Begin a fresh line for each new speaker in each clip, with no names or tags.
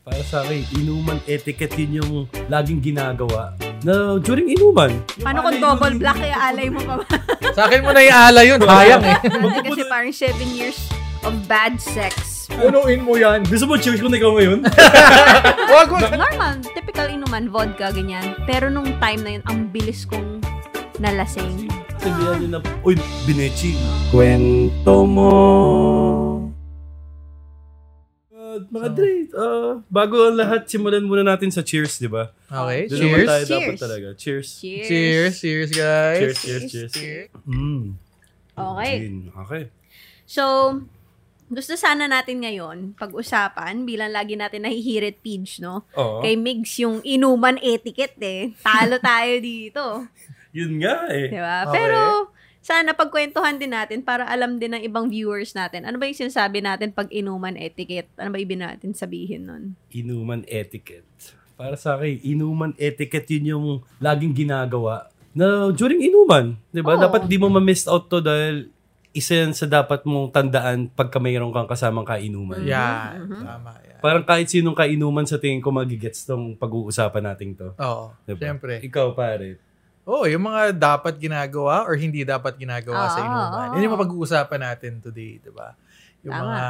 Para sa akin, inuman etiquette yun yung laging ginagawa na during inuman. Yung
Paano kung
alay mo
double
din.
black kaya alay mo pa ba?
Sa akin mo na iala yun. Hayang eh.
Kasi parang 7 years of bad sex.
Punuin mo yan.
Gusto mo cheers kung ikaw ngayon?
Wag mo.
Normal, typical inuman, vodka, ganyan. Pero nung time na yun, ang bilis kong nalasing.
Sabihan nyo na, uy, binechi.
Kwento mo.
Uh, mga Dre, uh, bago ang lahat, simulan muna natin sa cheers, di ba?
Okay,
Doon naman
cheers.
tayo dapat
Cheers.
talaga. Cheers.
Cheers.
Cheers, cheers guys.
Cheers, cheers, cheers.
Cheers.
Mm,
Okay.
gin. Okay.
So, gusto sana natin ngayon pag-usapan bilang lagi natin nahihirit page, no?
Oo.
Kay Migs yung inuman etiquette eh. Talo tayo dito.
Yun nga eh.
Diba?
Okay.
Pero, sana pagkwentuhan din natin para alam din ng ibang viewers natin. Ano ba yung sinasabi natin pag inuman etiquette? Ano ba ibig natin sabihin nun?
Inuman etiquette. Para sa akin, inuman etiquette yun yung laging ginagawa na during inuman. Di ba?
Oo.
Dapat di mo ma-miss out to dahil isa yan sa dapat mong tandaan pagka mayroon kang kasamang kainuman.
Yan.
Mm-hmm.
Tama yan.
Parang kahit sinong kainuman sa tingin ko magigets tong pag-uusapan natin to.
Oo.
Diba?
Siyempre.
Ikaw pare.
Oo, yung mga dapat ginagawa or hindi dapat ginagawa
Oo,
sa inuman.
oo,
Yun yung
oo.
mapag-uusapan natin today, di ba? Yung
ah, Tama.
mga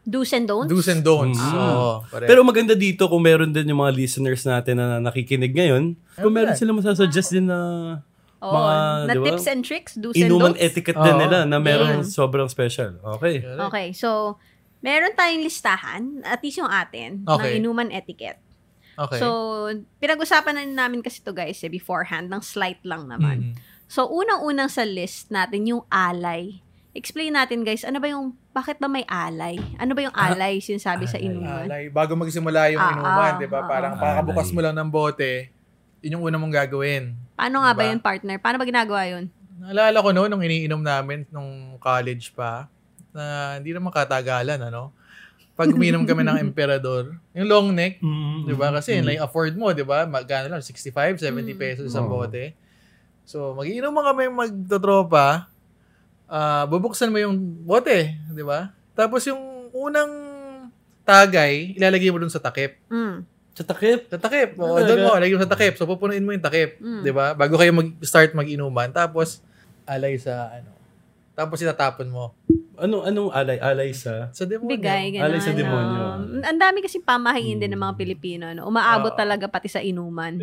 Do's and don'ts?
do's and don'ts.
Mm.
Oo, correct.
Pero maganda dito kung meron din yung mga listeners natin na nakikinig ngayon. Kung meron sila masasuggest din na
Oo.
mga,
na
di ba?
tips and tricks, do's and
inuman
don'ts.
etiquette din
Oo.
nila na merong
Mm.
sobrang special. Okay.
Correct.
okay, so, meron tayong listahan, at least yung atin,
Okay.
ng inuman etiquette.
Okay.
So, pinag-usapan na namin kasi to guys eh, beforehand, ng slight lang naman.
Mm.
So, unang-unang sa list natin yung alay. Explain natin guys, ano ba yung, bakit ba may alay? Ano ba yung
Ah,
alay sinasabi sa
alay.
inuman?
Alay, Ah, bago magsimula yung
Ah,
inuman,
ah,
di ba?
ah,
Parang
ah.
pakabukas
Alay.
mo lang ng bote, yun yung una mong gagawin.
Paano nga ba
Diba?
yun partner? Paano ba ginagawa yun?
Naalala ko noon, nung iniinom namin nung college pa, na hindi naman katagalan, ano? Pag umiinom kami ng emperador, yung long neck,
Mm.
Di ba? Kasi yun lang yung afford mo, di ba? Magkano lang, 65, 70
Mm.
pesos sa
Oo.
bote. So, magiinom mo kami magtotropa, ah bubuksan mo yung bote, di ba? Tapos yung unang tagay, ilalagay mo dun sa takip.
Mm.
Sa takip.
Sa takip. Oo,
Talaga?
doon mo, lagay mo sa takip. So, pupunuin mo yung takip,
Mm.
di ba? Bago kayo mag-start mag-inuman. Tapos, alay sa ano. Tapos itatapon mo.
Ano anong alay alay sa
Sa demonyo.
Bigay, gano'n.
Alay sa demonyo.
no? Ang dami kasi pamahiin din ng mga
Mm.
Pilipino. No? Umaabot
Oo.
talaga pati sa inuman.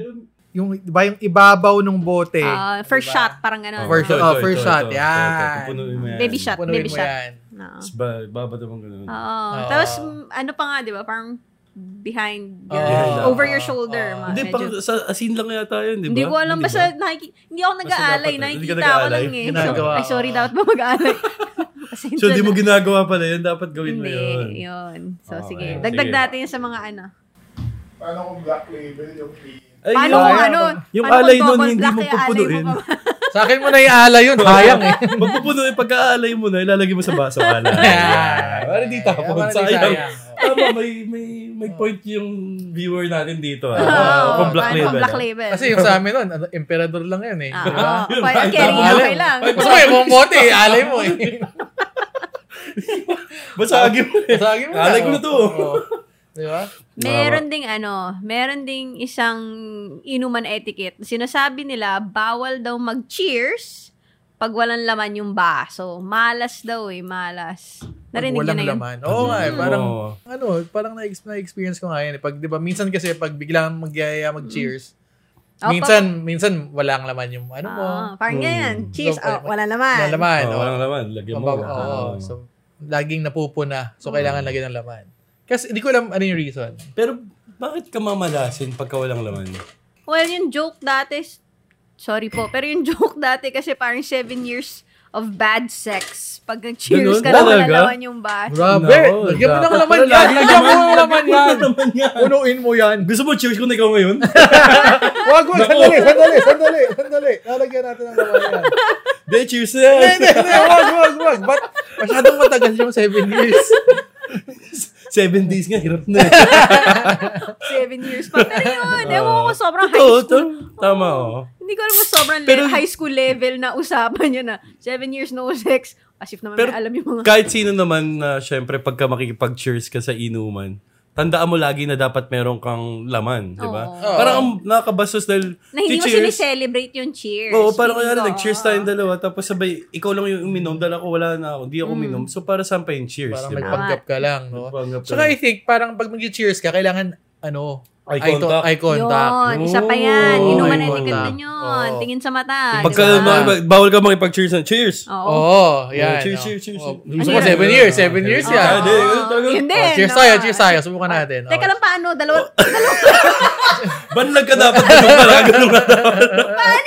Yung, di ba yung ibabaw ng
Eh,
bote?
Ah, first
Diba?
shot, parang gano'n.
First
Oo.
shot. oh, first shot, yan.
Pupunuin mo yan.
Baby shot, Ah,
Pupunuin
baby
mo
shot.
yan.
Oo.
Tapos ba- Babad mo ganun.
Oo.
Oo.
Tapos, mm, ano pa nga, di ba? Parang behind, your-
Oo.
over your
Oo.
shoulder.
Oo.
mga
Hindi,
medyo-
pang, sa asin lang yata yun, di ba?
Hindi ko alam.
Hindi
Basta
ba?
nakiki- hindi ako nag-aalay.
dapat, hindi ka
Nakikita ako
nag-aalay.
lang eh.
Ginagawa
So, ay,
ko.
sorry. Dapat ba mag-aalay? Pasensya
So, di mo
na.
ginagawa pala yun. Dapat gawin mo
Hindi.
yun.
Yun. So,
Okay.
sige.
Sige.
Dagdag natin yun sa mga ano.
Paano kung black label yung clean?
Ay,
Paano
yun.
kung ano?
Yung
paano kung
alay nun,
double
hindi
black
mo
kaya alay
pupunuin.
mo pa ba?
Sa akin mo na iala yun. Hayang eh.
Pag pupunuin, pagkaalay mo na, ilalagay mo sa baso. Alay. Yeah. Parang di tapon.
Parang di
Sayang.
sayang.
Tama, may, may, may point yung viewer natin dito. Ah.
Oo,
Kung black
paano
label.
kung black
ah.
label.
Kasi yung sa amin nun, ano, emperador lang yun eh. Di ba?
Ah,
Yun,
okay,
ay,
carry,
tama.
okay lang.
Ay, Gusto mo yung momote eh. Alay mo eh.
Basagi mo. eh.
Sa akin mo
Alay ko na to.
Oo. Di ba?
Meron ding ano, meron ding isang inuman etiquette. Sinasabi nila, bawal daw mag-cheers pag walang laman yung baso. Malas daw eh, malas. Narinig niyo
walang
na yun?
laman. Oo nga eh. Parang,
Oo.
ano, parang na-ex- na-experience ko nga yan eh. Pag, di ba, minsan kasi pag biglang magyaya mag-cheers,
Oh,
minsan, minsan walang laman yung ano mo.
Ah, parang
Mm.
ganyan. Cheers.
So,
Oh, walang laman.
Walang Oh, laman. Ah.
Oo,
oo.
walang laman. Lagyan mo.
Mabaw- Oo.
Oo.
So, laging napupuna.
Mm.
So, kailangan lagyan ng laman. Kasi hindi ko alam ano yung reason.
Pero bakit ka mamalasin pagka walang laman?
Well, yung joke dati, s- sorry po, pero yung joke dati kasi parang seven years of bad sex. Pag nag-cheers
Ganun?
ka na
Talaga?
walang laman yung baso.
Grabe!
No,
lagyan mo ng
dapat
laman
pala
yan!
lagyan
Lagyan mo
naman-
ng laman
lagyan
yan!
mo naman yan.
Punuin mo yan!
Gusto mo cheers kung ikaw ngayon?
Wag, wag! Sandali, sandali, sandali, sandali! Lalagyan natin ng laman yan.
Hindi, cheers na
Hindi,
yan.
hindi, hindi! Wag, wag, wag! Ba't masyadong matagal yung 7 years?
Seven days nga, hirap na eh.
Seven years pa. Pero yun, ewan ko sobrang high
Totoo,
school.
to- Tama, oo.
Hindi ko alam kung sobrang le-
Pero-
high school level na usapan yun na seven years no sex. As if naman
Pero-
may alam yung mga...
Kahit sino naman na, syempre, pagka makikipag-cheers ka sa inuman, tandaan mo lagi na dapat meron kang laman, di ba?
Oo.
Parang ang nakakabastos dahil
Na hindi mo
cheers.
sinicelebrate yung cheers.
Oo, parang
Feeling
kaya
ko,
nag-cheers
oo.
tayong dalawa, tapos sabay, ikaw lang yung uminom, dahil ako wala na ako, hindi
Hmm.
ako uminom. So, para saan pa yung cheers,
Parang
di ba?
nagpanggap ka lang, no?
Nagpanggap ka
Saka
lang.
I think, parang pag mag-cheers ka, kailangan, ano,
Eye
to-
contact.
Eye contact.
Yun, isa pa yan.
Oo,
Inuman
eye
na etiquette
contact.
din yun.
Oo.
Tingin sa mata.
Pagka,
di ba?
makipag- bawal ka makipag-cheers na, cheers!
Oo.
Oo, yan.
cheers,
no?
cheers, cheers.
Oh,
Ano
Gusto ko
yan?
seven years, seven
Okay.
years
Oo.
yan.
Hindi,
Oo.
talaga.
Yun din,
Oh, cheers
no?
tayo, cheers tayo. Subukan natin. oh.
Teka
Okay.
lang paano, dalawa,
Banlag ka dapat, ganun pala, ganun ka dapat.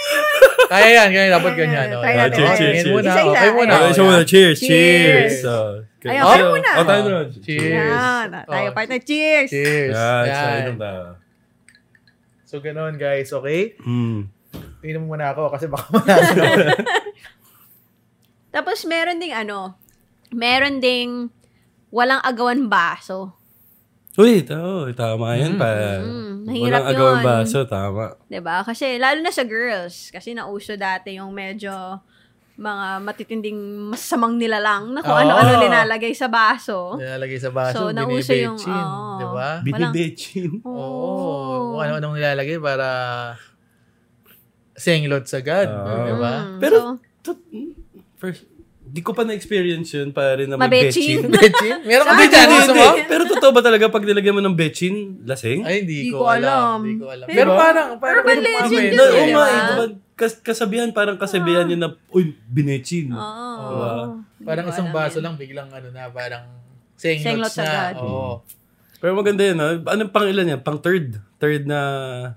Kaya yan, kaya dapat ganyan. oh. no?
Try
natin.
Okay,
Cheers, cheers,
ngayon
cheers.
muna.
Isa-isa.
Okay, muna.
Ayun,
Okay, so,
okay.
cheers,
Cheers.
cheers! So, okay.
Ayun,
Oh,
tayo muna.
oh, tayo muna.
Cheers.
Yan. Tayo
Oh.
partner. Cheers.
Cheers.
Yan, so,
Yan.
inom tayo.
So, ganun guys, okay?
Mm.
Inom muna ako kasi baka manalo.
Tapos meron ding ano, meron ding walang agawan baso.
Uy, tao, tama yan pa.
Mm, mahirap
Walang agawang
yun.
baso, tama.
'Di ba? diba? Kasi lalo na sa girls, kasi nauso dati yung medyo mga matitinding masamang nilalang na kung
Oo.
ano-ano nilalagay sa baso.
Nilalagay sa baso,
So, nauso yung-
binibitchin.
oo.
Di ba?
Walang-
Binibitchin.
Oh, Oo. Kung ano-anong nilalagay para senglot sa God.
Oo.
Di ba?
Mm,
Pero-
so,
Tut- hmm, First, di ko pa na-experience yun, pare, na may
mabetchin.
betchin.
Betchin? Meron ka
Sabi
ba
Hindi,
dyan?
hindi,
Gusto
hindi.
mo?
ah. Pero totoo ba talaga pag nilagyan mo ng betchin, lasing?
Ay, hindi
Hindi
ko,
ko alam.
alam. Hindi ko alam.
Pero
Pero parang, parang
urban legend
Hindi,
yun,
na,
eh,
oh
di
my
Ah.
ba?
God. Kas, kasabihan, parang kasabihan yun na, uy, binetchin.
Oo.
Diba?
Hindi
Parang
ko
isang
alam
baso
yun.
lang, biglang ano na, parang
Senglots
senglots
agad.
na. Oo.
Pero maganda yun, ha? Anong pang ilan yan? Pang third? Third na...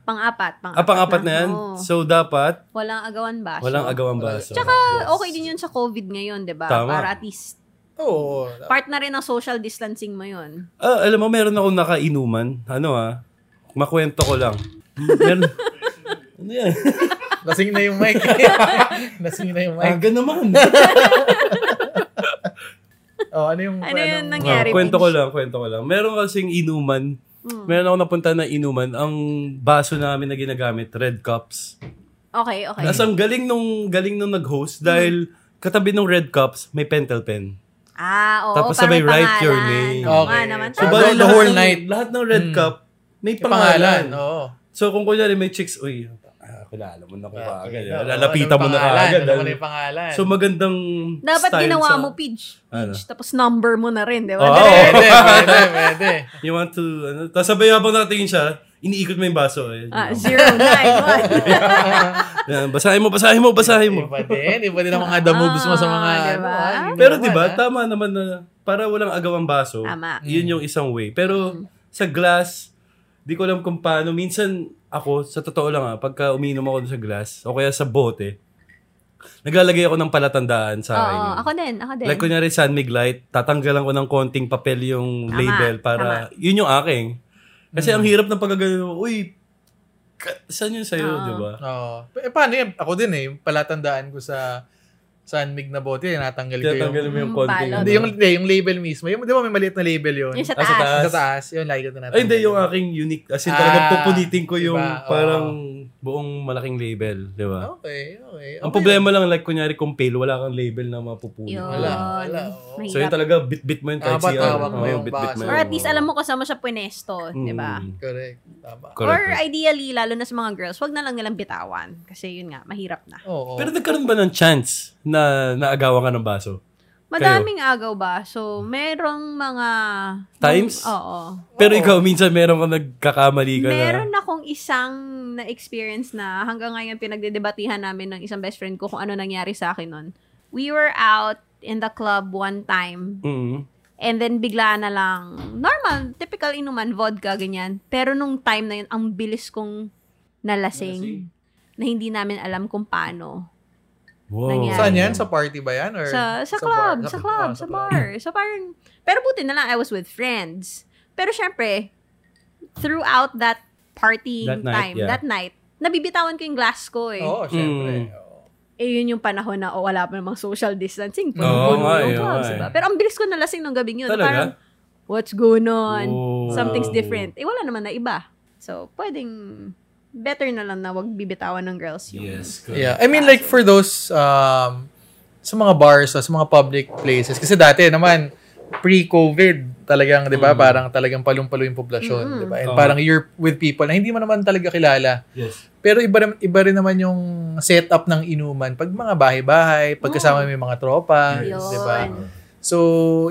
Pang-apat.
Ah, pang apat na yan?
oo.
So, dapat,
Walang agawan baso.
walang agawang baso.
Tsaka, okay din yun sa COVID ngayon, di ba?
Tama.
Para at least,
Oo.
part na rin ng social distancing mo yun.
Ah, alam mo, meron akong nakainuman. Ano ah? Makwento ko lang. Meron... ano yan?
Lasing na yung mic. Lasing na yung mic.
Aga Ah, naman.
Oh, ano yung...
Ano yun
anong-
nangyari?
Ah, kwento ko lang, kwento ko lang. Meron kasing inuman.
Hmm.
Meron ako napunta na inuman. Ang baso namin na ginagamit, red cups.
Okay, okay.
Tapos ang galing nung, galing nung nag-host dahil katabi nung red cups, may pentel pen.
ah, oo.
Tapos
para may
sabay, write
pangalan.
your name.
Oo nga
Okay.
naman.
So,
Tama.
ba-
bali
Ah, the whole
lahat ng-
night.
Lahat ng red
Mm.
cup, may
Yung pangalan.
pangalan.
Oo.
So kung kunyari may chicks, uy, ah, kilala mo na ko kaagad.
Oo,
eh. Lalapitan mo na
ano yung pangalan?
kaagad.
Alam mo na yung pangalan.
So magandang
Dapat
style
ginawa
sa-
mo, Pidge.
Ano?
Pidge. Tapos number mo na rin, di ba?
Oo.
Direct.
Pwede, pwede, pwede.
You want to, ano, tapos sabay habang nakatingin siya, iniikot mo yung baso. Eh.
Ah, zero, nine, one.
Yan, basahin mo, basahin mo, basahin mo.
Iba din. Iba din ang mga the moves mo sa mga...
Ah,
ano,
diba?
ah, iba
Pero
naman,
'di ba,
ah.
tama naman na para walang agawang baso.
Tama. Mm-hmm.
'Yun yung isang way. Pero sa glass, di ko alam kung paano. Minsan ako, sa totoo lang ah, pagka uminom ako sa glass o kaya sa bote, naglalagay ako ng palatandaan sa akin.
Oo, ako din, ako din.
Like kunyari San Mig Light, tatanggalan ko ng konting papel yung
Tama, Mm.
label para yun yung aking. Kasi ang hirap ng pagkagano, uy, ka- saan yun sa'yo,
Oo.
di ba?
Oo. Eh, paano yan? Ako din eh. Palatandaan ko sa San Mig na bote, natanggal ko yung...
Tinatanggal mo yung
Mm,
konting.
balot.
ano.
Hindi, yung, hindi, yung label mismo. Yung, di ba may maliit na label yun?
Yung sa
Ah, sa
taas.
taas.
Yung sa taas. Yun, lagi ko tinatanggal.
Ay, hindi. Yung aking unique. As in,
Ah,
talagang pupunitin ko yung
diba? Oo.
parang buong malaking label. Di ba?
Okay, okay.
Ang
okay.
problema lang, like, kunyari kung pale, wala kang label na mapupunit.
Yun.
Wala, wala, oo.
So, yun
Mahirap.
talaga, bit-bit mo yun kahit
Tama,
siya.
tama
Oo,
mo yung
bit-bit mo
baso.
Or at least alam mo kasama sa pwenesto, di ba?
Mm,
Correct. Tama.
correct.
Or ideally, lalo na sa mga girls, wag na lang nilang bitawan. Kasi yun nga, mahirap na.
Oo.
Pero nagkaroon ba ng chance na naagawan ka ng baso?
Madaming agaw ba? So, merong mga...
Times?
Oo.
Pero
Oo.
ikaw, minsan meron ka nagkakamali ka
Meron
na.
akong isang na-experience na hanggang ngayon pinagdedebatihan namin ng isang best friend ko kung ano nangyari sa akin nun. We were out in the club one time
Mm.
and then bigla na lang, normal, typical inuman, vodka, ganyan. Pero nung time na yun, ang bilis kong nalasing, na hindi namin alam kung paano.
Wow.
Nangyari.
Saan yan? Sa party ba yan? Or
sa sa
bar?
club, sa club,
oh,
sa bar. So parang pero buti na lang I was with friends. Pero syempre throughout that partying
That night,
time,
yeah.
that night, nabibitawan ko yung glass ko eh.
Oo,
Mm.
syempre. Oo.
Eh yun yung panahon na oh, wala pa namang social distancing. Puno
Oo,
puno
nga
yung
eh,
clubs,
oo, eh.
diba? Pero ang bilis ko nalasing nung gabing yun.
Talaga?
Parang, what's going on?
Whoa.
Something's different. Eh wala naman na iba. So pwedeng better na lang na wag bibitawan ng girls yung
Yes. correct.
Yeah. I mean, like, ah, for those, um, sa mga bars, sa mga public places, kasi dati naman, pre-COVID talagang, di
Mm.
ba, parang talagang palong-palo yung poblasyon, di ba? And
Oo.
parang you're with people na hindi mo naman talaga kilala.
Yes.
Pero iba, nam- iba rin naman yung setup ng inuman pag mga bahay-bahay, pag
Mm.
kasama may mga tropa,
Yun.
di ba?
Diba?
So,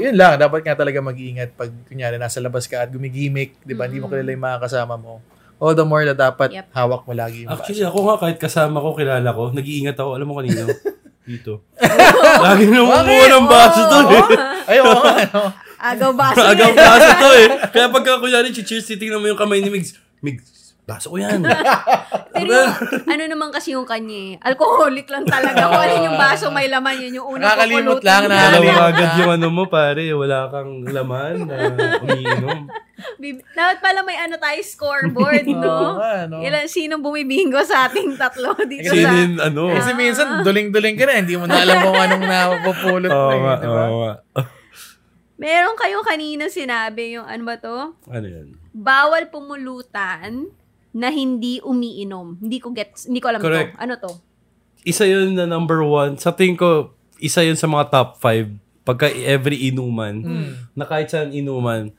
yun lang. Dapat nga talaga mag-iingat pag kunyari nasa labas ka at gumigimik, di ba? Hindi mo kilala yung mga kasama mo. All the more na dapat
Mm. Yep.
hawak mo lagi yung
Actually, ako nga, kahit kasama ko, kilala ko, nag-iingat ako. Alam mo kanina, dito. Lagi na umuha ng baso
Oh,
to eh.
baso. Ay, oo nga, no?
Agaw baso
Agaw
yan.
baso to eh. Kaya pagka kunyari, cheers, titignan mo yung kamay ni Migs. Migs, baso ko yan.
Pero yung- ano naman kasi yung kanya eh. Alcoholic lang talaga. Kung ano yung baso may laman, yun yung unang
Nakakalimot
pupulutin.
lang,
Alam
nakakalimot.
mo agad yung ano mo, pare. Wala kang laman na umiinom.
Bib- Dapat pala may ano tayo, scoreboard,
Oo
no?
nga, no?
Ilan, sinong bumibingo sa ating tatlo dito
Sino
sa...
yung ano?
Eh, Kasi
Ah.
minsan, duling-duling ka na. Hindi mo na alam kung anong napupulot mo.
Oo
eh,
nga,
di ba?
oo nga.
Meron kayong kanina sinabi yung ano ba to?
Ano yan?
Bawal pumulutan na hindi umiinom. Hindi ko gets, hindi ko alam
Correct.
to. Ano to?
Isa yun na number one. Sa tingin ko, isa yun sa mga top five. Pagka every inuman, na kahit saan inuman,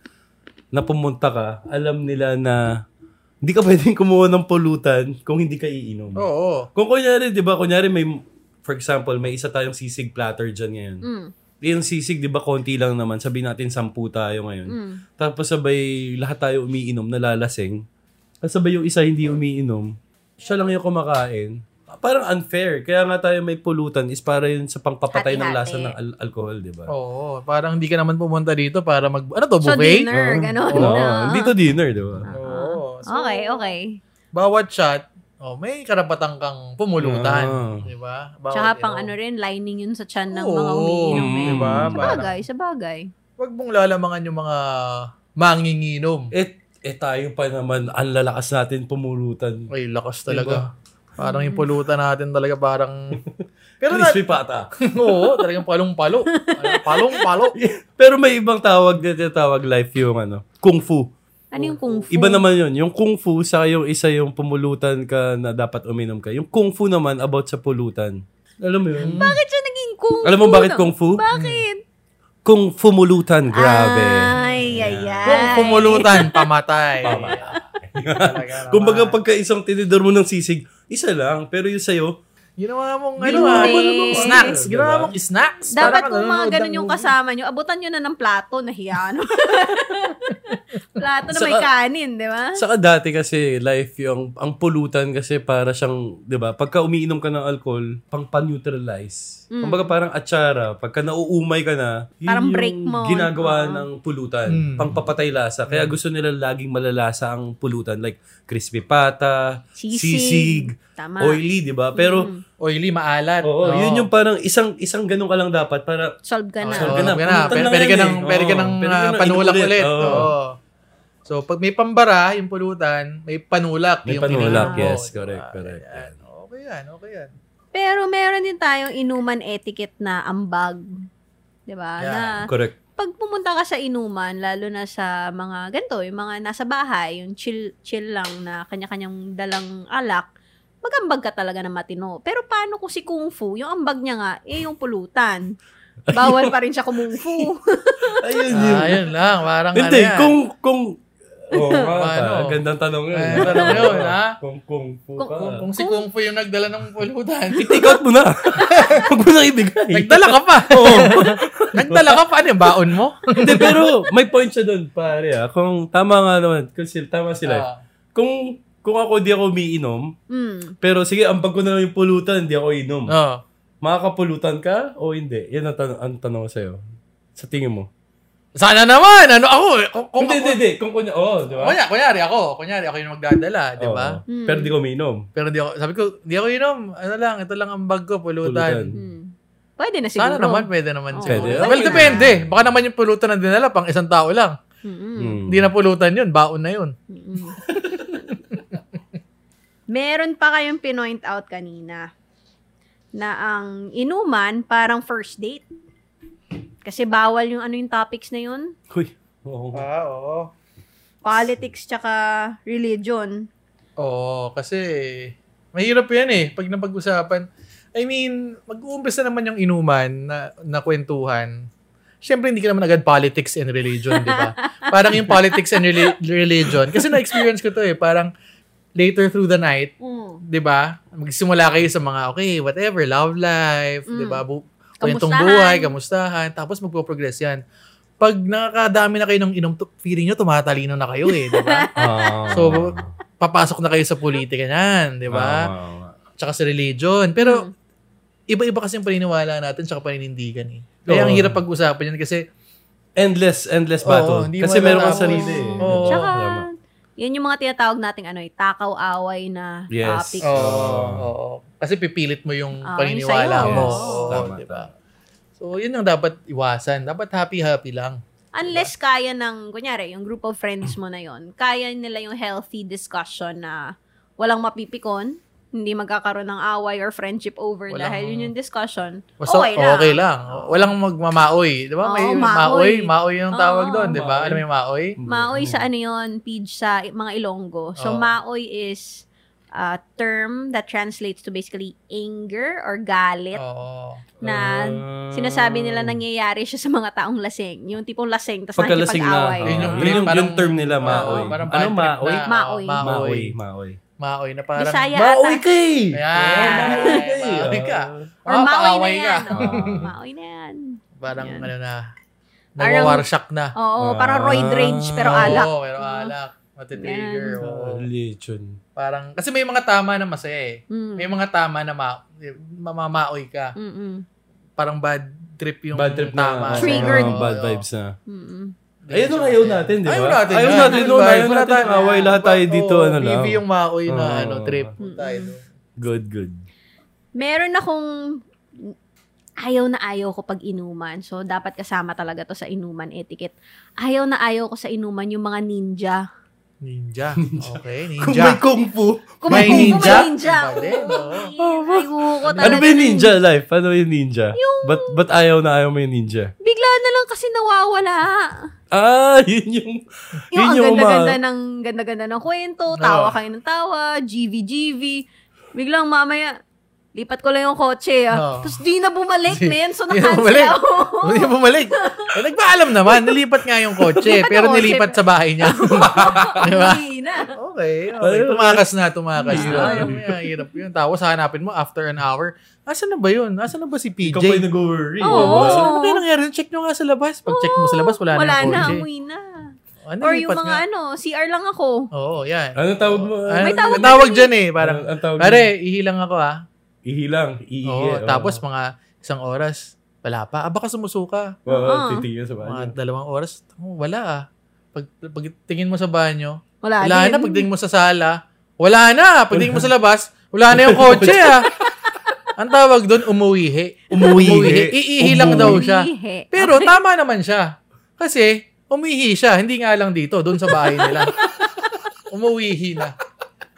na pumunta ka, alam nila na hindi ka pwedeng kumuha ng pulutan kung hindi ka iinom.
Oo. oo.
Kung kunyari, di ba, kunyari may, for example, may isa tayong sisig platter dyan ngayon.
Mm.
Yung sisig, di ba, konti lang naman. Sabihin natin, sampu tayo ngayon.
Mm.
Tapos sabay, lahat tayo umiinom, nalalasing. Tapos sabay yung isa hindi umiinom, siya lang yung kumakain. Parang unfair. Kaya nga tayo may pulutan is para yun sa pangpapatay ng lasa
Hati-hati.
ng al- alcohol, di ba?
Oo. Parang hindi ka naman pumunta dito para mag... Ano to,
So,
buffet?
dinner, ganun. Ah.
Oo,
na.
Dito dinner, di ba?
Oo. So,
okay, okay.
Bawat shot, oh, may karapatan kang pumulutan.
Oo.
Di ba? Bawat
Tsaka pang
inom.
ano rin, lining yun sa tiyan ng
Oo.
mga umiinom.
Mm.
eh.
Diba?
Sabagay, sabagay.
Huwag mong lalamangan yung mga manginginom.
Eh, eh tayo pa naman, ang lalakas natin pumulutan.
Ay, lakas talaga. Parang yung pulutan natin talaga parang... Pero na,
Crispy pata.
oo, talagang palong-palo. Ano, Palong-palo.
Pero may ibang tawag na tinatawag life yung ano, kung fu.
Ano yung kung fu?
Iba naman yun. Yung kung fu, sa yung isa yung pumulutan ka na dapat uminom ka. Yung kung fu naman about sa pulutan. Alam mo yun?
Bakit siya naging kung fu?
Alam mo bakit
na-
kung fu?
Bakit?
Kung fumulutan, grabe.
Ay, ay, ay.
Kung pumulutan, pamatay. Talaga naman.
Kumbaga pagka isang tinidor mo ng sisig, isa lang. Pero yung sa'yo,
Ginawa mong ano,
Ginawa
ah,
mo na mga
snacks.
ano,
Ginawa
diba?
mong snacks.
Dapat
Parang ano,
kung mga
nanonood
ganun
ng
yung
movie.
kasama nyo, abutan nyo na ng plato, nahiya ano. plato na may
Saka-
kanin, di ba?
saka dati kasi life yung, ang pulutan kasi para siyang, di ba, pagka umiinom ka ng alcohol, pang pa-neutralize. Kumbaga parang atsara, pagka nauumay ka na, yun
Mm. Parang
yung
break mo.
ginagawa
Oo. Mm.
ng pulutan,
Mm.
pang papatay lasa. Kaya gusto nila laging malalasa ang pulutan, like crispy pata,
Sisig.
sisig,
Tama. Mm.
oily, di ba? Pero,
Oily, maalat.
oo,
Oo.
yun yung parang isang isang ganun ka lang dapat para
Solve ka na.
Solve
Oo,
ka na.
pwede ka na.
Pulutan
Pwede,
lang
pwede ka
yan
ng,
eh.
pwede ka
Oo,
ng
pwede ka
ah,
ng
panulak
inulit.
ulit.
Oo.
Oo. So, pag may pambara, yung pulutan, may panulak.
May
yung ininom
panulak,
mo,
yes,
diba?
correct, correct.
Ayan. Okay yan, okay yan.
Pero meron din tayong inuman etiquette na ambag. Di ba?
Yeah.
Na
correct.
pag pumunta ka sa inuman, lalo na sa mga ganito, yung mga nasa bahay, yung chill, chill lang na kanya-kanyang dalang alak, magambag ka talaga na matino. Pero paano kung si Kung Fu, yung ambag niya nga, eh yung pulutan. Bawal pa rin siya kumung fu.
Ayun yun.
Ah, yun lang, parang
Hindi,
ano yan.
kung, kung, Oo nga,
Paano?
pa, gandang tanong yun.
Eh, Ano? tanong yun, ha?
Kung, kung, po
Kung-
ka.
Kung, kung si Kung Fu yung nagdala ng pulutan,
Take out mo na. Huwag mo na ibigay.
nagdala ka pa.
Oo.
nagdala ka pa. Ano yung baon mo?
Hindi, pero may point siya doon, pare. ah. Kung tama nga naman, kung sila, tama sila.
Ah.
Kung, kung ako di ako umiinom,
Mm.
pero sige, ambag ko na lang yung pulutan, di ako inom.
Oo.
Makakapulutan ka o hindi? Yan ang, tan- ang tanong ko sa'yo. Sa tingin mo.
Sana naman! Ano ako? eh, Kung, kung
hindi,
ako,
hindi, hindi. Kung kunya, oo, di ba?
kunyari, kunyari ako. Kunyari ako yung magdadala, di ba?
Oo. Pero
Hmm.
di ko umiinom.
Pero di ako, sabi ko, di ako inom. Ano lang, ito lang ang bag ko,
Pulutan.
pulutan.
Mm. Pwede na siguro.
Sana naman, pwede naman
Oo.
siguro.
Pwede.
Well,
Pwede.
depende. Baka naman yung pulutan na dinala pang isang tao lang.
Mm-mm.
Mm.
Hindi Hmm. na pulutan yun, baon na yun.
Mm-mm. hmm. Meron pa kayong pinoint out kanina na ang inuman parang first date. Kasi bawal yung ano yung topics na yun.
Uy, oo.
Ah, oo.
Politics tsaka religion.
Oo, kasi mahirap yan eh pag napag-usapan. I mean, mag-uumpisa naman yung inuman na, na kwentuhan. Siyempre, hindi ka naman agad politics and religion, di ba? Parang yung politics and reli- religion. Kasi na-experience ko to eh. Parang later through the night,
Mm.
di ba? Magsimula kayo sa mga, okay, whatever, love life, di ba? Bu- kwentong
Mm. Kamustahan.
buhay, kamustahan. Tapos magpo-progress yan. Pag nakakadami na kayo ng inom, tu- feeling nyo tumatalino na kayo eh, di ba?
Ah.
So, papasok na kayo sa politika niyan, di
Ah,
ba?
ah, ah.
Tsaka sa religion. Pero,
Mm.
iba-iba kasi yung paniniwala natin tsaka paninindigan eh.
Oo.
Kaya ang hirap pag-usapan yan kasi
endless, endless
Oo,
battle.
hindi
Kasi
mo
meron kang
alam.
sarili eh.
Oo.
Tsaka,
Tama.
yan yung mga tinatawag nating ano, eh, takaw-away na
Yes.
topic.
Oo.
Oo.
oo. Kasi pipilit mo yung
Ah, yung
paniniwala
sa'yo.
mo.
Yes,
Oo,
tama,
diba? So, yun ang dapat iwasan. Dapat happy-happy lang.
Unless kaya ng, kunyari, yung group of friends mo na yon kaya nila yung healthy discussion na walang mapipikon, hindi magkakaroon ng away or friendship over
Walang-
dahil yun yung discussion.
Basta
okay lang.
okay lang. Walang magmamaoy. Di
Oo,
ba? May
maoy.
maoy. Maoy yung tawag
Oo.
doon. Di
Maoy.
ba? Alam mo yung maoy?
Mm.
Maoy sa ano yun, pidge sa mga Ilonggo. So,
Oo.
maoy is a term that translates to basically anger or galit
Oo.
Ah.
na sinasabi nila nangyayari siya sa mga taong lasing. Yung tipong lasing, tapos
Pagkalasing na. Ah. Oo.
nakikipag-away.
Yun
Yun
yung-
yung,
yun
yung,
parang-
term nila,
Oo,
maoy.
parang bad
ano,
trip
maoy?
Maoy.
na, maoy?
Maoy,
Maoy.
maoy.
Maoy na parang...
Bisaya
Maoy
ata.
ka eh!
Ayan.
Maoy ka eh!
Maoy ka.
Or maoy na
Mapaaway
yan.
Ah, ka.
oo.
Ah.
maoy na yan.
Parang
Yan.
ano na.
Parang-
Nagwawarsak na.
Oo, parang roid rage pero
Ah.
alak.
Oo, pero alak. Matitrigger.
Ah.
Oo.
Religion.
Parang, kasi may mga tama na masaya eh.
Mm.
May mga tama na ma- mamamaoy ka.
Mm-mm.
Parang bad trip yung
Bad trip na.
tama.
oo,
Triggered.
oo, bad
Oo.
vibes na.
Mm-mm.
Hindi
Ayun
siya
ang ayaw
masaya.
natin, di ba?
Ayaw natin.
Ayaw
yan.
natin nun.
Bad
Ayaw
vibes,
natin
tayong
away. Lahat tayo dito,
Oo,
ano lang.
BB yung maoy na
Oo.
ano, trip.
Hmm.
Tayo.
Good, good.
Meron akong ayaw na ayaw ko pag inuman. So, dapat kasama talaga to sa inuman etiquette. Ayaw na ayaw ko sa inuman yung mga ninja.
Ninja. Okay,
Kung
ninja.
may kung fu.
May
Kumain
ninja?
May ninja.
Iba din, oo.
Ay, ko talaga.
Ano ba yung
ng-
ninja life? Ano yung ninja? Ba't, ba't ayaw na ayaw mo yung ninja?
Bigla na lang kasi nawawala.
Ah, yun yung...
Yung
yun
ang
yung
ganda-ganda
uma-
ng ganda-ganda ng kwento,
Oo.
tawa kayo ng tawa, GV-GV. Biglang mamaya, lipat ko lang yung kotse ah.
Oo.
Tapos di na bumalik,
Di-
men. So,
di na
na-cancel
bumalik.
ako.
Hindi niya bumalik. Eh, nagpaalam naman. Nalipat nga yung kotse.
Nalipat
pero
ang kotse.
nilipat sa bahay niya. Di ba?
Hindi na.
Okay, okay.
Ayun.
Tumakas na, tumakas na.
Hirap.
Alam mo yan, hirap yun. Tapos hanapin mo after an hour, asan na ba yun? Asan na ba si PJ?
Ikaw pa yung nag-worry.
Oo.
di ba?
Ano kaya nangyari? Check nyo nga sa labas. Pag check mo sa labas, wala,
Wala na,
na yung kotse.
umuwi na.
Ano,
Or yung
lipat
mga
nga.
ano, CR lang ako.
Oo, yan.
Ano tawag mo?
Ano,
May tawag
may tawag
na
dyan eh. Parang,
Ang- ang tawag
pare,
dyan?
ihilang ako ah.
Ihilang. Iihi.
Oo, tapos mga isang oras, wala pa. Ah, baka sumusuka.
Oo,
Oo.
titigil sa banyo.
Mga dalawang oras, oh, wala ah. Pag, pag tingin mo sa banyo,
Wala,
Wala
din.
na pagdating mo sa sala. Wala na. Pagdating mo sa labas, wala na yung kotse ah. Ang tawag doon, umuwihi.
Umuwihi.
Iihi lang daw siya.
Ihi.
Pero tama naman siya. Kasi, umihi siya. Hindi nga lang dito, doon sa bahay nila. Umuwihi na.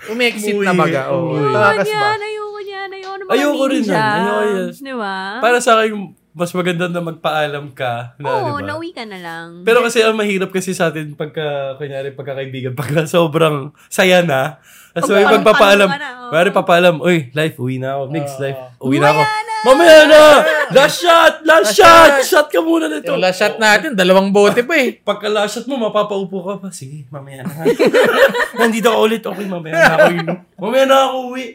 Umi-exit na
Umuwihi,
baga. Oo.
umuwihi.
Takas ba?
Yan, ayoko niyan, ayoko ng mga
Ayoko rin
ninja.
nun, ayoko yun.
Di ba?
Para sa akin, mas maganda na magpaalam ka. Na,
Oo,
di ba?
nauwi ka na lang.
Pero kasi ang mahirap kasi sa atin pagka, kunyari, pagkakaibigan, pagka sobrang saya na. Tapos may
Pagpapalo-
magpapaalam.
ka na, oo.
Pare, papaalam. Uy, life, uwi na ako. Mix,
Oo.
life, uwi na ako. Mamaya na! Last shot! Last
Last
shot!
shot!
Shot ka muna nito.
Yung last shot natin, dalawang bote pa eh.
Pagka last shot mo, mapapaupo ka pa. Sige, mamaya na. Nandito ka ulit. Okay, mamaya na ako inom. Mamaya na ako uwi.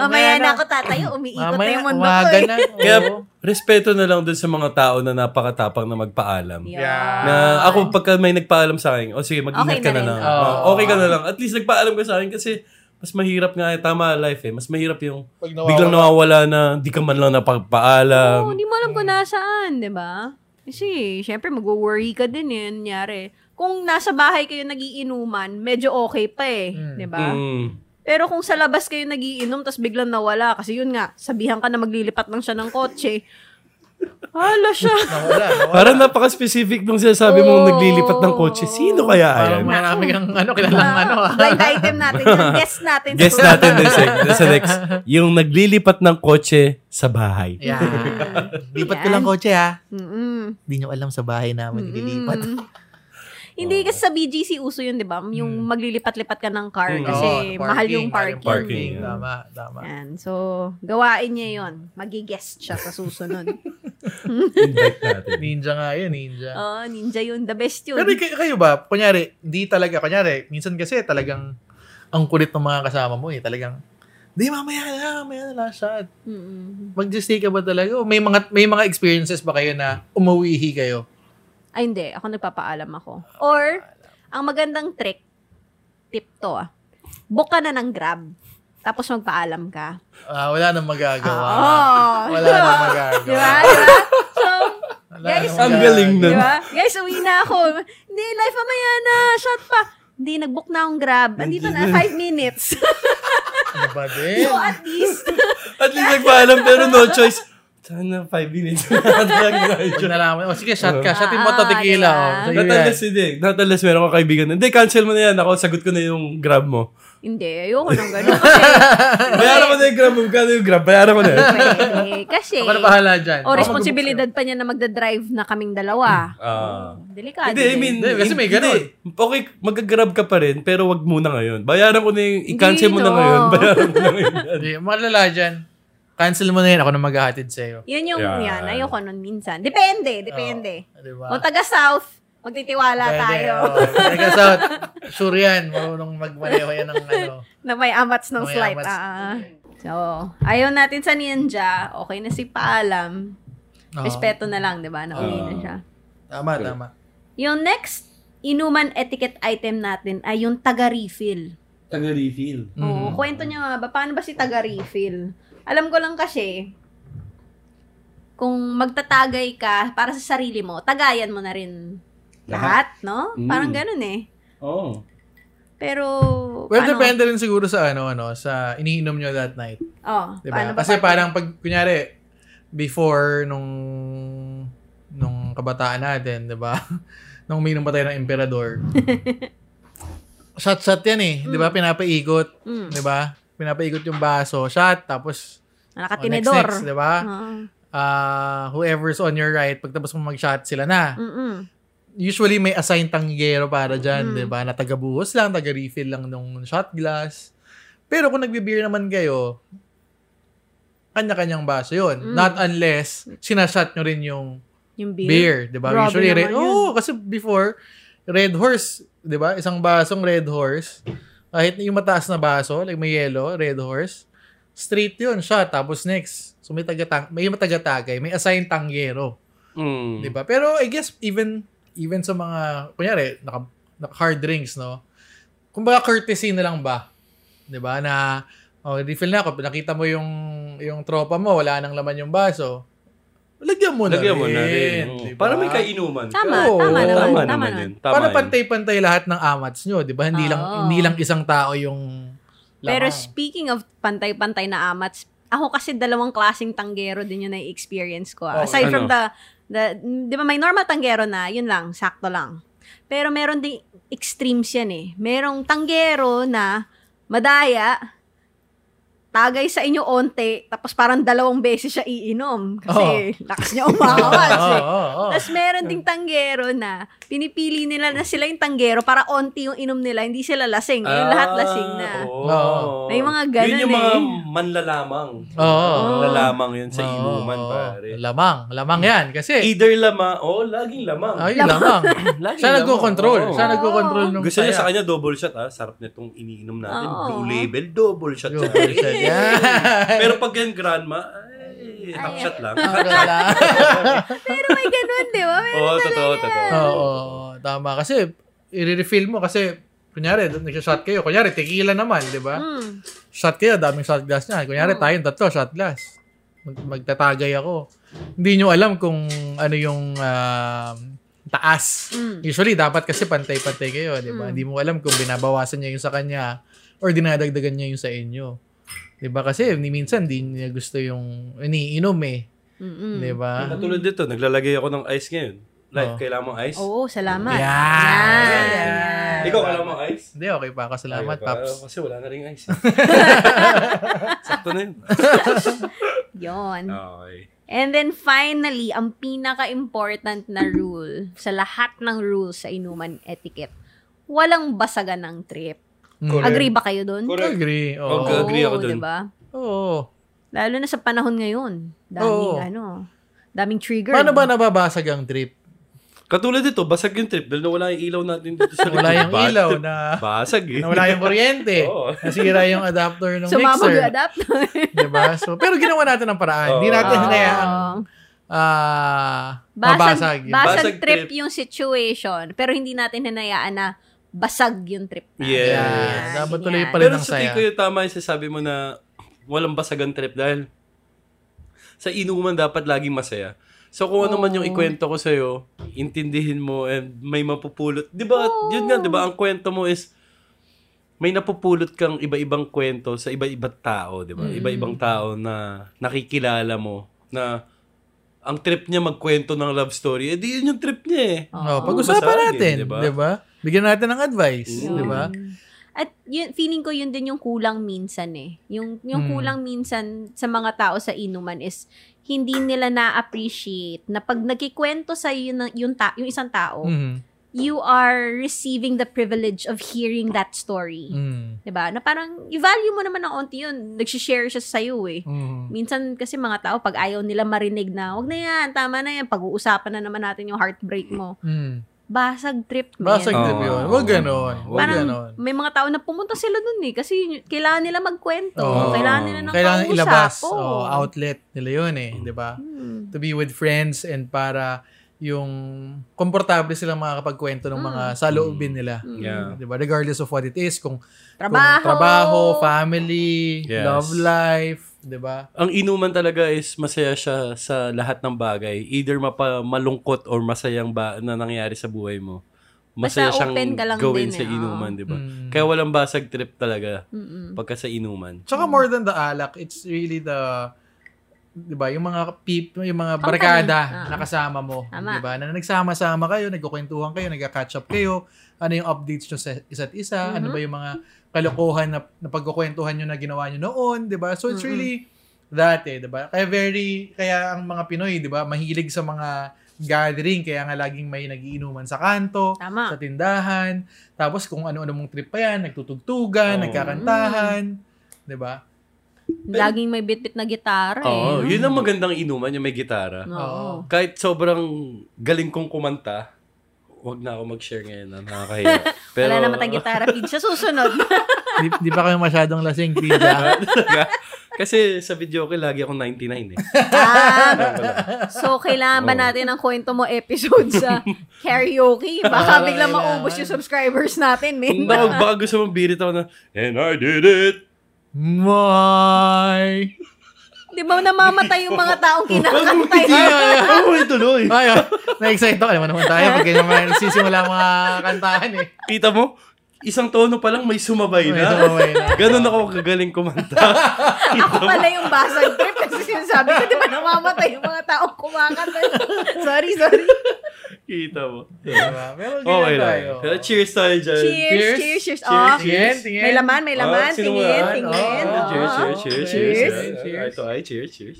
Mamaya na ako tatayo, umiikot na
Mamaya,
yung mundo ko.
umaga
eh.
na.
Kaya, respeto na lang dun sa mga tao na napakatapang na magpaalam.
Yan.
Na ako pagka may nagpaalam sa akin, o sige, mag-ingat ka
Okay
na,
na rin.
lang.
Oo.
Oo, okay ka na lang. At least nagpaalam ka sa akin kasi mas mahirap nga, eh. tama life eh. Mas mahirap yung
Pag
biglang nawawala na, di ka man lang
Oo,
napagpaalam.
hindi mo alam
mm.
kung nasaan, di ba? Kasi, syempre, mag-worry ka din eh, nangyari. Kung nasa bahay kayo nagiinuman, medyo okay pa eh, di ba?
Mm.
Pero kung sa labas kayo nagiinom, tapos biglang nawala, kasi yun nga, sabihan ka na maglilipat lang siya ng kotse. Hala siya.
Nawala, nawala.
Parang napaka-specific nung sinasabi mong
Oo.
naglilipat ng kotse. Sino kaya yan?
Parang marami kang ano, kilalang ano ah.
Diba? Blind item natin. Yung guess natin.
Guess natin din sa, sa next. Yung naglilipat ng kotse sa bahay.
Yeah. Lipat ko
Yan.
lang kotse ha.
mm
Hindi nyo alam sa bahay namin ililipat.
Mm. Hindi kasi sa BGC uso yun, 'di ba? Yung maglilipat-lipat ka ng car
Mm.
kasi
Oo,
mahal yung parking.
parking.
Tama, tama.
Yan. So, gawain niya 'yon. Magi-guest siya sa susunod.
Invite natin.
Ninja nga yun, ninja.
Oo, ninja yun. The best Oh, yun.
Pero kayo, kayo ba, kunyari, di talaga, kunyari, minsan kasi talagang ang kulit ng mga kasama mo eh, talagang, di mamaya na, mamaya na last shot.
Mm-mm.
Mag-stay ka ba talaga? O may mga, may mga experiences ba kayo na umuwihi kayo?
Ay, hindi. Ako nagpapaalam ako. Or, ang magandang trick, tip to ah. Book ka na ng grab. Tapos magpaalam ka.
Ah, wala nang magagawa.
Oo.
Wala nang magagawa.
Ah. Di ba? Di ba? So,
Wala
Guys,
nang
ang galing
magagawa.
di
nun.
ba? Guys, uwi na ako. Hindi, live mamaya na. Shot pa. Hindi, nag-book na akong grab. Andito na, five minutes.
Ano ba din?
so, at least,
At least nagpaalam pero no choice. Sana 5 minutes.
Pag nalaman, o sige, shot ka.
Oo.
Shotin mo to
Ah,
tequila.
diba?
Oh. Sa'yo yan.
Natalas hindi. Natalas meron ko kaibigan. na, Hindi, cancel mo na yan. Ako, sagot ko na yung grab mo.
hindi, ayoko nang ganun. Kasi,
Bayaran ko na yung grab mo. Kano yung grab? Bayaran ko na yan.
Pwede. Kasi,
Ako na bahala dyan.
o responsibilidad pa niya na magdadrive na kaming dalawa.
Ah.
Delikado.
Hindi, I mean,
Hindi, kasi may
hindi.
ganun.
Okay, mag-grab ka pa rin, pero wag muna ngayon. Bayaran ko na yung, i-cancel mo na
no.
ngayon. Bayaran ko na ngayon.
Hindi, malala dyan. Cancel mo na yan. Ako na maghahatid sa'yo.
Yun yung,
Yan.
yan, ayoko nun minsan. Depende, depende.
Diba?
Kung taga-south, magtitiwala tayo
Oh, taga South. Sure yan. Marunong magmaneho yan ng ano.
na may amats ng
May
slight.
amats.
Ah. So, ayaw natin sa ninja, okay na si paalam.
Oo.
Respeto na lang, di ba? Nauwi na
Ah.
siya.
Tama, tama.
Yung next inuman etiquette item natin ay yung taga-refill.
Taga-refill.
Mm-hmm.
Oo, kwento niya nga ba, paano ba si taga-refill? Alam ko lang kasi, kung magtatagay ka para sa sarili mo, tagayan mo na rin lahat, no?
Mm.
Parang ganun eh.
Oh.
Oo.
Pero, ano?
Well,
paano,
depende rin siguro sa ano, ano, sa iniinom nyo that night.
Oh,
Diba?
paano ba?
Kasi
pag-
parang pag, kunyari, before nung nung kabataan natin, di ba? nung uminom pa tayo ng emperador. Shot-shot yan eh. Di ba? Pinapaikot.
Mm.
Di ba? Pinapaikot yung baso. Shot, tapos oh,
Nakatinidor.
next, diba? next, di ba?
Oo.
Ah, whoever's on your right, pagtapos mo mag-shot, sila na.
Mm-mm.
Usually, may assigned tangyero para
Mm.
dyan, di ba? Na taga-buhos lang, taga-refill lang nung shot glass. Pero kung nagbe-beer naman kayo, kanya-kanyang baso yun. Not unless, sinashot nyo rin yung
Yung Mm. beer.
beer, di ba?
Grabe
Usually,
naman
red,
yun.
oh, kasi before, red horse, di ba? Isang basong red horse. Kahit yung mataas na baso, like may yellow, red horse. Straight yun, shot. Tapos next, so may, taga may matagatagay, may assigned tangyero.
Mm.
Di ba? Diba? Pero I guess even even sa mga kunyari naka, naka hard drinks, no. Kumbaga courtesy na lang ba? Di ba? Na oh, refill na ako, nakita mo yung yung tropa mo, wala nang laman yung baso. Lagyan mo na
Lagyan mo
rin.
na rin. oo.
di ba?
Para may kainuman. ka.
Tama,
Oo,
tama naman. Tama,
Tama
naman.
naman yun. Tama
Para
yun.
pantay-pantay lahat ng amats nyo, di ba? Hindi lang
Oo.
hindi lang isang tao yung lamang.
Pero speaking of pantay-pantay na amats, ako kasi dalawang klaseng tanggero din yung na-experience ko. ah.
Okay.
Aside
Ano?
from the, the, di ba may normal tanggero na, yun lang, sakto lang. Pero meron ding extremes yan eh. Merong tanggero na madaya, tagay sa inyo onte, tapos parang dalawang beses siya iinom. Kasi
Oh.
lakas niya umawas
Oo,
eh.
oo, oo.
Tapos meron ding tanggero na pinipili nila na sila yung tanggero para onti yung inom nila, hindi sila lasing. Eh, lahat lasing na.
Ah, Oo.
Oo.
May mga ganun
Yun yung mga
eh.
manlalamang.
Oo.
Manlalamang yun sa
Oo,
inuman,
oo.
pare. Mm.
Lamang, lamang yan kasi
Either lamang, oh, laging lamang.
ay lamang.
Laging
Siya
lamang.
nagko-control.
Oo.
Siya nagko-control nung
Gusto niya
saya.
sa kanya double shot, ah. Sarap nitong iniinom natin. Blue
Oo.
label, double shot.
Yo,
siya.
bullshit. Yeah.
Pero pag yan grandma, ay, half
Ay.
shot lang.
Pero may ganun, di ba? May-
Oo, totoo, totoo.
Oo, tama. Kasi, i-refill mo kasi, kunyari, nag-shot kayo. Kunyari, tequila naman, di ba?
Mm.
Shot kayo, daming shot glass niya. Kunyari, tayong tatlo, shot glass. Mag- magtatagay ako. Hindi nyo alam kung ano yung um, taas.
Mm.
Usually, dapat kasi pantay-pantay kayo, di ba? Hindi mo alam kung binabawasan niya yung sa kanya or dinadagdagan niya yung sa inyo. Di ba? Kasi, ni- minsan, di niya gusto yung iniinom eh.
Mm-mm.
Di ba?
Katulad dito, naglalagay ako ng ice ngayon. Life,
Oo.
kailangan mo ice?
Oo, salamat.
Yeah.
Yan.
Yeah.
Ikaw, kailangan mo ah. ice?
Hindi, okay pa. Kasalamat,
Ayoko.
Paps.
Kasi wala na rin ice. eh. Sakto na yun.
Yun.
Oh.
Okay.
And then finally, ang pinaka-important na rule sa lahat ng rules sa inuman etiquette, walang basagan ng trip.
Mm.
Agree ba kayo doon?
Correct.
Agree.
Oh,
Oo.
Okay. Agree ako
Oo,
dun.
Diba?
Oo.
Lalo na sa panahon ngayon. Daming
Oo.
ano. Daming trigger.
Paano ba nababasag ang drip?
Katulad dito, basag yung trip dahil nawala yung ilaw natin dito sa likod.
Wala yung
Bad
ilaw
trip.
na-
Basag eh.
Nawala yung kuryente.
Oo.
Nasira yung adapter ng
Sumabog yung
mixer.
adapter.
Diba? So, pero ginawa natin ang paraan.
Oo.
Hindi natin
Oo.
hinayaang ah,
basag,
mabasag.
basag,
yun.
Basag
trip,
trip.
yung situation. Pero hindi natin hinayaan na basag yung trip. natin.
Yes.
Yan. Dapat tuloy
Yan.
pala
Pero
ng
sa tingin
saya.
ko yung tama yung sasabi mo na walang basagan trip dahil sa inuman dapat laging masaya. So kung ano man yung
Oo.
ikwento ko sa'yo, intindihin mo and may mapupulot. Di ba,
Oo.
yun nga, di ba, ang kwento mo is may napupulot kang iba-ibang kwento sa iba-ibang tao, di ba? Iba-ibang tao na nakikilala mo na ang trip niya magkwento ng love story, eh di yun yung trip niya eh.
Oh, pag-usapan
Basag yun,
natin,
diba?
'di ba? Bigyan natin ng advice,
Mm.
diba?
Oo.
'di ba?
At yun, feeling ko yun din yung kulang minsan eh. Yung, yung
Mm.
kulang minsan sa mga tao sa inuman is hindi nila na-appreciate na pag nagkikwento sa yun, yung, ta- yung isang tao,
Mhm.
you are receiving the privilege of hearing that story.
Mhm.
'Di ba? Na parang i-value mo naman ng onti yun. Nag-share siya sa'yo eh.
Mhm.
Minsan kasi mga tao pag ayaw nila marinig na, wag na yan, tama na yan, pag-uusapan na naman natin yung heartbreak mo.
Mhm.
Basag trip man.
Basag
Oo.
trip yun. Huwag ganon. Oh, Huwag
Parang
ganon.
may mga tao na pumunta sila dun eh. Kasi yun- kailangan nila magkwento.
Oo.
Kailangan nila ng
Kailangan
kausap.
ilabas.
Oo.
Oh, outlet nila yun eh, 'di ba?
Hmm.
To be with friends and para yung komportable silang makakapagkwento ng mga
Hmm.
saloobin
Hmm.
nila.
Mm.
Yeah.
'Di ba? Regardless of what it is, kung
Trabaho.
Kung trabaho, family,
Yes.
love life, 'di ba?
ang inuman talaga is masaya siya sa lahat ng bagay. Either mapa, malungkot or masayang ba na nangyari sa buhay mo. Masaya
Basta
siyang
open ka lang
gawin
din
sa
eh,
inuman, di ba?
Mm.
Kaya walang basag trip talaga
Mm-mm.
pagka sa inuman.
Tsaka
Hmm.
more than the alak, it's really the 'di ba, yung mga peep, yung mga
Company.
barkada
Ah.
na kasama mo,
Tama.
'di ba? Na nagsama-sama kayo, nagkukwentuhan kayo, nagka-catch up kayo. Ano yung updates nyo sa isa't isa? Ano
Mhm.
ba yung mga kalokohan na, na pagkukwentuhan nyo na ginawa nyo noon, 'di ba? So it's
Mm-mm.
really that eh, 'di ba? Kaya very kaya ang mga Pinoy, 'di ba, mahilig sa mga gathering, kaya nga laging may nagiinuman sa kanto.
Tama.
sa tindahan. Tapos kung ano-ano mong trip pa yan, nagtutugtugan,
Oo.
nagkakantahan.
Mm.
'Di ba?
Laging may bitbit na gitara eh.
Oo, yun ang magandang inuman, yung may gitara.
Oo.
Oo.
Kahit sobrang galing kong kumanta, wag na ako mag-share ngayon na nakakahiya. Pero,
Wala naman tayong gitara. Pid sa susunod.
Di, di pa kayo masyadong lasing, Pida.
Talaga. Kasi sa video ko, lagi akong 99 eh.
Ah,
Wala.
so, kailangan ba
Oo.
natin ang kwento mo episode sa karaoke? Baka
Parang
biglang
kailangan.
maubos yung subscribers natin,
Ah, Kung
men.
daw, baka gusto mong birit ako na, and I did it!
My!
Di ba namamatay yung mga taong kinakantay?
Ay, ay, tuloy.
Ay, ah, na-excite ako. Alam mo naman tayo pag ganyan mga nagsisimula ang mga kantahan eh.
Kita mo, isang tono pa lang may sumabay
May
na.
sumabay na.
Ganun ako kagaling kumanta.
Ako pala yung basag trip kasi sinasabi ko, di ba namamatay yung mga taong kumakanta? sorry, sorry.
Kita mo.
Diba? Pero ganyan
Okay lang.
tayo.
Pero cheers tayo dyan.
Cheers,
Cheers.
cheers, cheers.
Uh, Cheers,
Oh,
Tingin, tingin.
may laman, may laman.
Ah, sino mo
tingin,
yan?
tingin.
Oh,
Oo.
Cheers, cheers, cheers, cheers.
Cheers.
Cheers. Ay, to ay, cheers, cheers.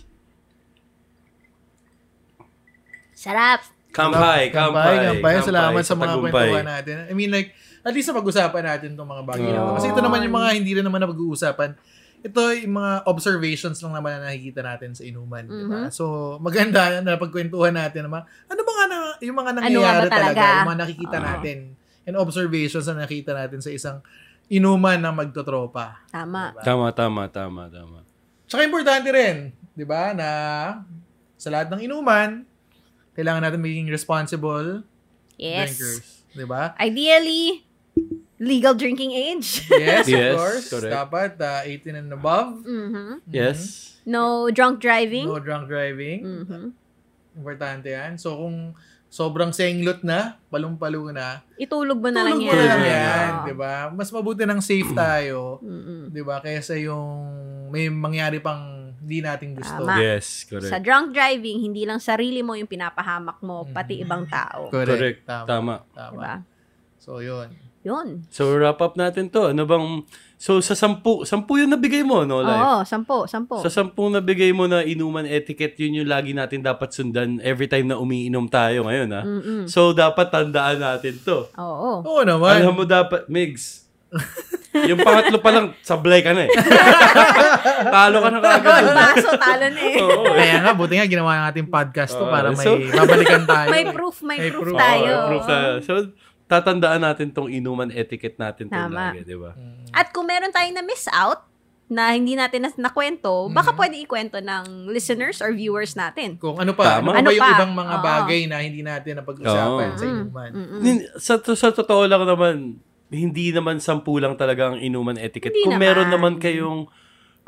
Sarap.
Kampay, kampay.
kampay. Salamat sa mga
tagumpay.
kwentuhan natin. I mean like, at least na pag-usapan natin itong mga bagay na to. Kasi ito naman yung mga hindi rin naman na pag-uusapan. Ito yung mga observations lang naman na nakikita natin sa inuman. di ba?
Mm-hmm.
So, maganda na pagkwentuhan natin naman. Ano ba nga na, yung mga nangyayari
ba
talaga?
talaga?
Yung mga nakikita
Oo.
natin. And observations na nakita natin sa isang inuman na magtotropa.
Tama.
Diba?
Tama, tama, tama, tama.
Mm-hmm. Tsaka importante rin, di ba, na sa lahat ng inuman, kailangan natin maging responsible
Yes.
drinkers. Di ba?
Ideally, legal drinking age.
Yes,
Yes,
of course.
correct.
Dapat uh, 18 and above.
Mhm.
Yes.
No drunk driving.
No drunk driving.
Mhm.
Importante yan. So, kung sobrang senglot na, palong-palo na,
Itulog mo na lang yan.
tulog mo na lang
Yeah.
yan.
Oo.
di ba? Mas mabuti ng safe tayo.
Mhm.
di ba? Kaysa yung may mangyari pang di nating gusto.
Tama.
Yes, correct.
Sa drunk driving, hindi lang sarili mo yung pinapahamak mo, pati ibang tao.
Correct.
Correct. Tama.
Tama.
tama.
Diba?
So, yun.
Yun.
So, wrap up natin to. Ano bang, so sa sampu, sampu yung nabigay mo, no, life?
Oo, sampo, sampo.
Sa sampung nabigay mo na inuman etiquette, yun yung lagi natin dapat sundan every time na umiinom tayo ngayon, ha?
Mm-mm.
So, dapat tandaan natin to.
Oo.
eh.
Oo naman.
Alam mo dapat, Migs, Yung pangatlo pa lang, sablay ka na eh. Talo ka na kagad.
Ang baso, talo na eh.
Oo.
Kaya nga, buti nga ginawa natin podcast to
Oo,
para may
so-
babalikan tayo.
May
eh.
proof, may,
May
proof,
proof.
tayo.
Oo, Oh, proof tayo. So, tatandaan natin tong inuman etiquette natin to
Tama.
lagi, di ba?
At kung meron tayong na-miss out, na hindi natin na nakwento, baka pwede ikwento ng listeners or viewers natin.
Kung ano pa,
Tama.
Ano
ano, pa yung
pa?
ibang mga
Oo. Mm.
bagay na hindi natin napag-usapan sa inuman.
Mm-mm.
Nin- Sa, to- sa totoo lang naman, hindi naman sampu lang talaga ang inuman etiquette.
Hindi
kung meron
naman.
naman kayong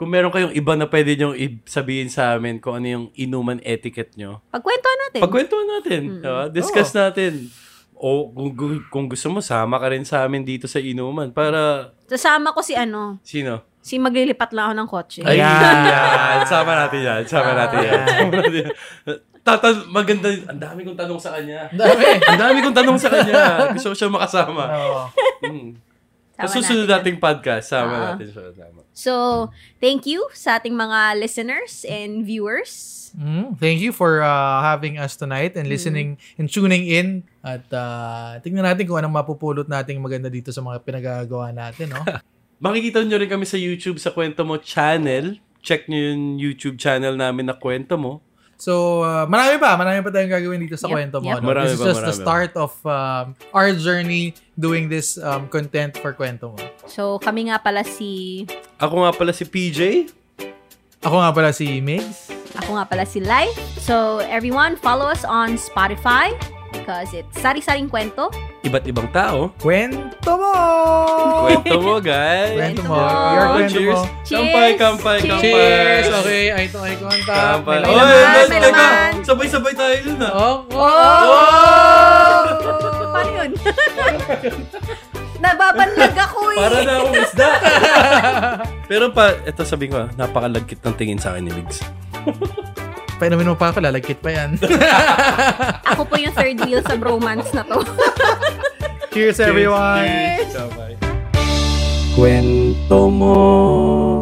kung meron kayong iba na pwede nyo i- sabihin sa amin kung ano yung inuman etiquette nyo,
Pagkwentuhan natin.
pagkwentuhan natin. diba? Discuss natin. O kung, gu- kung gusto mo, sama ka rin sa amin dito sa inuman para,
Sasama ko si ano,
sino?
si maglilipat lang ako ng kotse.
Ay. Ayan.
Ayan. Sama natin yan. Sama natin yan. Sama natin yan. Tatan- maganda, ang dami kong tanong sa kanya.
Ang Dami.
Ang dami kong tanong sa kanya. Gusto ko siya makasama.
Oo.
Mm.
Sama
Sa susunod
natin.
nating podcast, sama
Oo.
natin siya. Tama.
So, thank you sa ating mga listeners and viewers.
Mm, thank you for uh, having us tonight and listening and tuning in. At uh, tingnan natin kung anong mapupulot nating maganda dito sa mga pinagagawa natin. No?
Makikita nyo rin kami sa YouTube sa Kwento Mo channel. Check nyo yung YouTube channel namin na Kwento Mo.
so, uh, marami pa. Marami pa tayong gagawin dito sa
Yep,
kwento mo.
yep.
no?
Marami
this is
pa,
just the
marami pa.
start of um, our journey doing this um, content for kwento mo.
So, kami nga pala si...
Ako nga pala si PJ.
Ako nga pala si Migs.
Ako nga pala si Lai. So, everyone, follow us on Spotify because it's Sari-Saring Kwento.
Iba't ibang tao.
Kwento mo!
Kwento mo, guys. Oh,
Kwento
Kwento
mo.
mo.
We are kwento
Cheers.
mo.
Kampay, kampay, kampay.
Cheers!
Cheers! Okay, eye to eye contact.
Kampay.
May
Oy,
laman.
laman,
guys,
may
teka.
laman.
Sabay-sabay tayo dun ah.
Oh, oh.
Paano yun? Nababanlag ako eh.
Para na akong isda. Pero pa, ito sabihin ko, ah, napakalagkit ng tingin sa akin ni Migs.
Painumin mo pa ako, lalagkit pa yan.
Ako po yung third wheel sa bromance na to.
Cheers, everyone!
Cheers. Kampay.
Cuento mo.